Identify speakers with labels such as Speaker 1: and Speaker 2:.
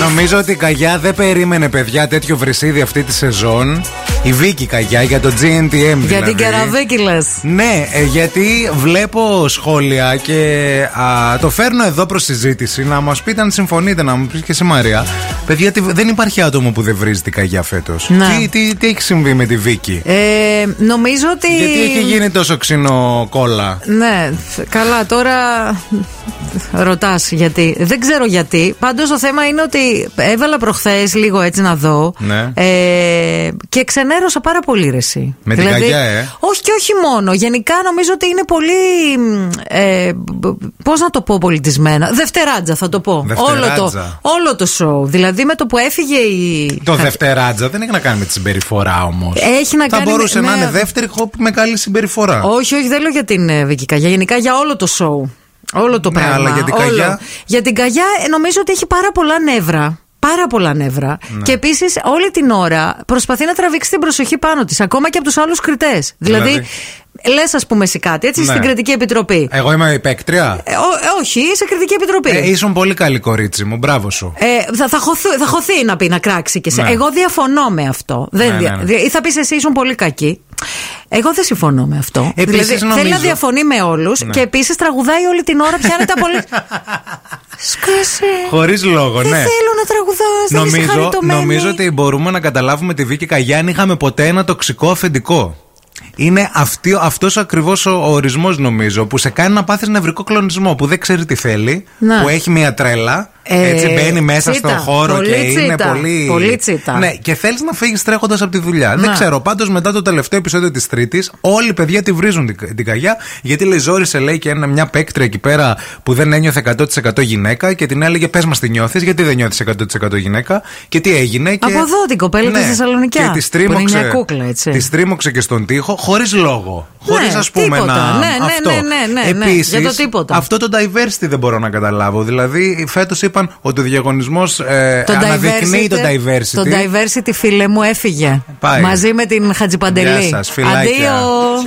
Speaker 1: Νομίζω ότι η Καγιά δεν περίμενε, παιδιά, τέτοιο βρυσίδι αυτή τη σεζόν. Η Βίκη Καγιά για το GNTM. Δηλαδή.
Speaker 2: Για την Καραβίκη λες.
Speaker 1: Ναι, ε, γιατί βλέπω σχόλια και α, το φέρνω εδώ προς συζήτηση να μας πείτε αν συμφωνείτε, να μου πεις και εσύ Μαρία. Παιδιά, τι- δεν υπάρχει άτομο που δεν βρίζει την Καγιά φέτος.
Speaker 2: Ναι.
Speaker 1: Τι, τι, τι έχει συμβεί με τη Βίκη.
Speaker 2: Ε, νομίζω ότι.
Speaker 1: Γιατί έχει γίνει τόσο ξινό κόλλα.
Speaker 2: Ναι, καλά, τώρα ρωτάς γιατί. Δεν ξέρω γιατί. Πάντως το θέμα είναι ότι έβαλα προχθές λίγο έτσι να δω.
Speaker 1: Ναι.
Speaker 2: Ε, και ξενέρωσα πάρα πολύ ρεσί.
Speaker 1: Με την καγιά, ε.
Speaker 2: Όχι και όχι μόνο. Γενικά νομίζω ότι είναι πολύ. μ, Ε, Πώς να το πω πολιτισμένα. Δευτεράτζα θα το πω.
Speaker 1: Δευτεράτζα.
Speaker 2: Όλο το, όλο το σοου. Δηλαδή με το που έφυγε η.
Speaker 1: Το δευτεράτζα δεν έχει να κάνει με τη συμπεριφορά όμως.
Speaker 2: Έχει να
Speaker 1: Θα
Speaker 2: Ε, κάνει με-
Speaker 1: μπορούσε να
Speaker 2: με-
Speaker 1: είναι δεύτερη χόπ με καλή συμπεριφορά.
Speaker 2: Όχι, όχι, δεν λέω για την ε, Βίκυ Καγιά. Γενικά για όλο το σοου. Όλο το
Speaker 1: Ναι,
Speaker 2: πράγμα.
Speaker 1: αλλά για την
Speaker 2: όλο.
Speaker 1: Καγιά?
Speaker 2: Για την Καγιά ε, νομίζω ότι έχει πάρα πολλά νεύρα. Πάρα πολλά νεύρα.
Speaker 1: Ναι.
Speaker 2: Και επίσης όλη την ώρα προσπαθεί να τραβήξει την προσοχή πάνω της, ακόμα και από τους άλλους κριτές. Δηλαδή,
Speaker 1: Δηλαδή?
Speaker 2: λες, ας πούμε, εσύ κάτι, έτσι,
Speaker 1: Ναι.
Speaker 2: στην κριτική επιτροπή.
Speaker 1: Εγώ είμαι η παίκτρια.
Speaker 2: Ε, ό- όχι, είσαι κριτική επιτροπή.
Speaker 1: Ε, ήσουν πολύ καλή κορίτσι μου, μπράβο σου.
Speaker 2: Ε, θα, θα, χωθού- θα χωθεί να πει να κράξει και σε.
Speaker 1: Ναι.
Speaker 2: Εγώ διαφωνώ με αυτό. Δεν
Speaker 1: Ναι,
Speaker 2: δια-
Speaker 1: ναι, ναι.
Speaker 2: δια- Ή θα πεις εσύ ήσουν πολύ κακή. Εγώ δεν συμφωνώ με αυτό. Δηλαδή,
Speaker 1: Επίσης,
Speaker 2: θέλει να
Speaker 1: νομίζω- Ναι.
Speaker 2: διαφωνεί με όλους και επίσης τραγουδάει όλη την ώρα, πιάνει τα πολύ. Σκάσε.
Speaker 1: Χωρίς λόγο,
Speaker 2: Ε, Δεν
Speaker 1: ναι.
Speaker 2: θέλω να τραγουδάς να είσαι
Speaker 1: Νομίζω,
Speaker 2: χαριτωμένη.
Speaker 1: νομίζω ότι μπορούμε να καταλάβουμε τη Βίκη Καγιάννη είχαμε ποτέ ένα τοξικό αφεντικό. Είναι αυτή, αυτός ακριβώς ο ορισμός νομίζω που σε κάνει να πάθεις νευρικό κλονισμό που δεν ξέρει τι θέλει,
Speaker 2: Να.
Speaker 1: που έχει μια τρέλα,
Speaker 2: Ε,
Speaker 1: έτσι μπαίνει μέσα
Speaker 2: τσίτα.
Speaker 1: στον χώρο
Speaker 2: Πολύ
Speaker 1: και είναι
Speaker 2: τσίτα.
Speaker 1: πολύ...
Speaker 2: Πολύ τσίτα.
Speaker 1: Ναι, και θέλεις να φύγεις τρέχοντας από τη δουλειά. Δεν
Speaker 2: Να.
Speaker 1: ξέρω, πάντως μετά το τελευταίο επεισόδιο της Τρίτης όλοι οι παιδιά τη βρίζουν την, την καγιά γιατί λέει ζόρισε λέει και ένα, μια παίκτρια εκεί πέρα που δεν ένιωθε 100% γυναίκα και την έλεγε πες μας τι νιώθεις, γιατί δεν νιώθεις 100% γυναίκα και τι έγινε και- Ναι.
Speaker 2: Από εδώ την κοπέλα της Θεσσαλονικιάς,
Speaker 1: Και τη
Speaker 2: που είναι
Speaker 1: τρίμωξε.
Speaker 2: μια κούκλα, έτσι.
Speaker 1: Τη τρίμωξε και στον τοίχο, χωρίς λόγο.
Speaker 2: Ναι,
Speaker 1: Χωρί ας πούμε
Speaker 2: τίποτα.
Speaker 1: να.
Speaker 2: Ναι, ναι,
Speaker 1: αυτό.
Speaker 2: ναι, ναι, ναι, ναι.
Speaker 1: Επίσης,
Speaker 2: Για το τίποτα.
Speaker 1: Αυτό το diversity δεν μπορώ να καταλάβω. Δηλαδή, φέτος είπαν ότι ο διαγωνισμός ε,
Speaker 2: Το
Speaker 1: αναδεικνύει το diversity.
Speaker 2: Το diversity, φίλε μου, έφυγε.
Speaker 1: Πάει.
Speaker 2: Μαζί με την Χατζιπαντελή.
Speaker 1: Γεια σας, φιλάκια.
Speaker 2: Αντίο.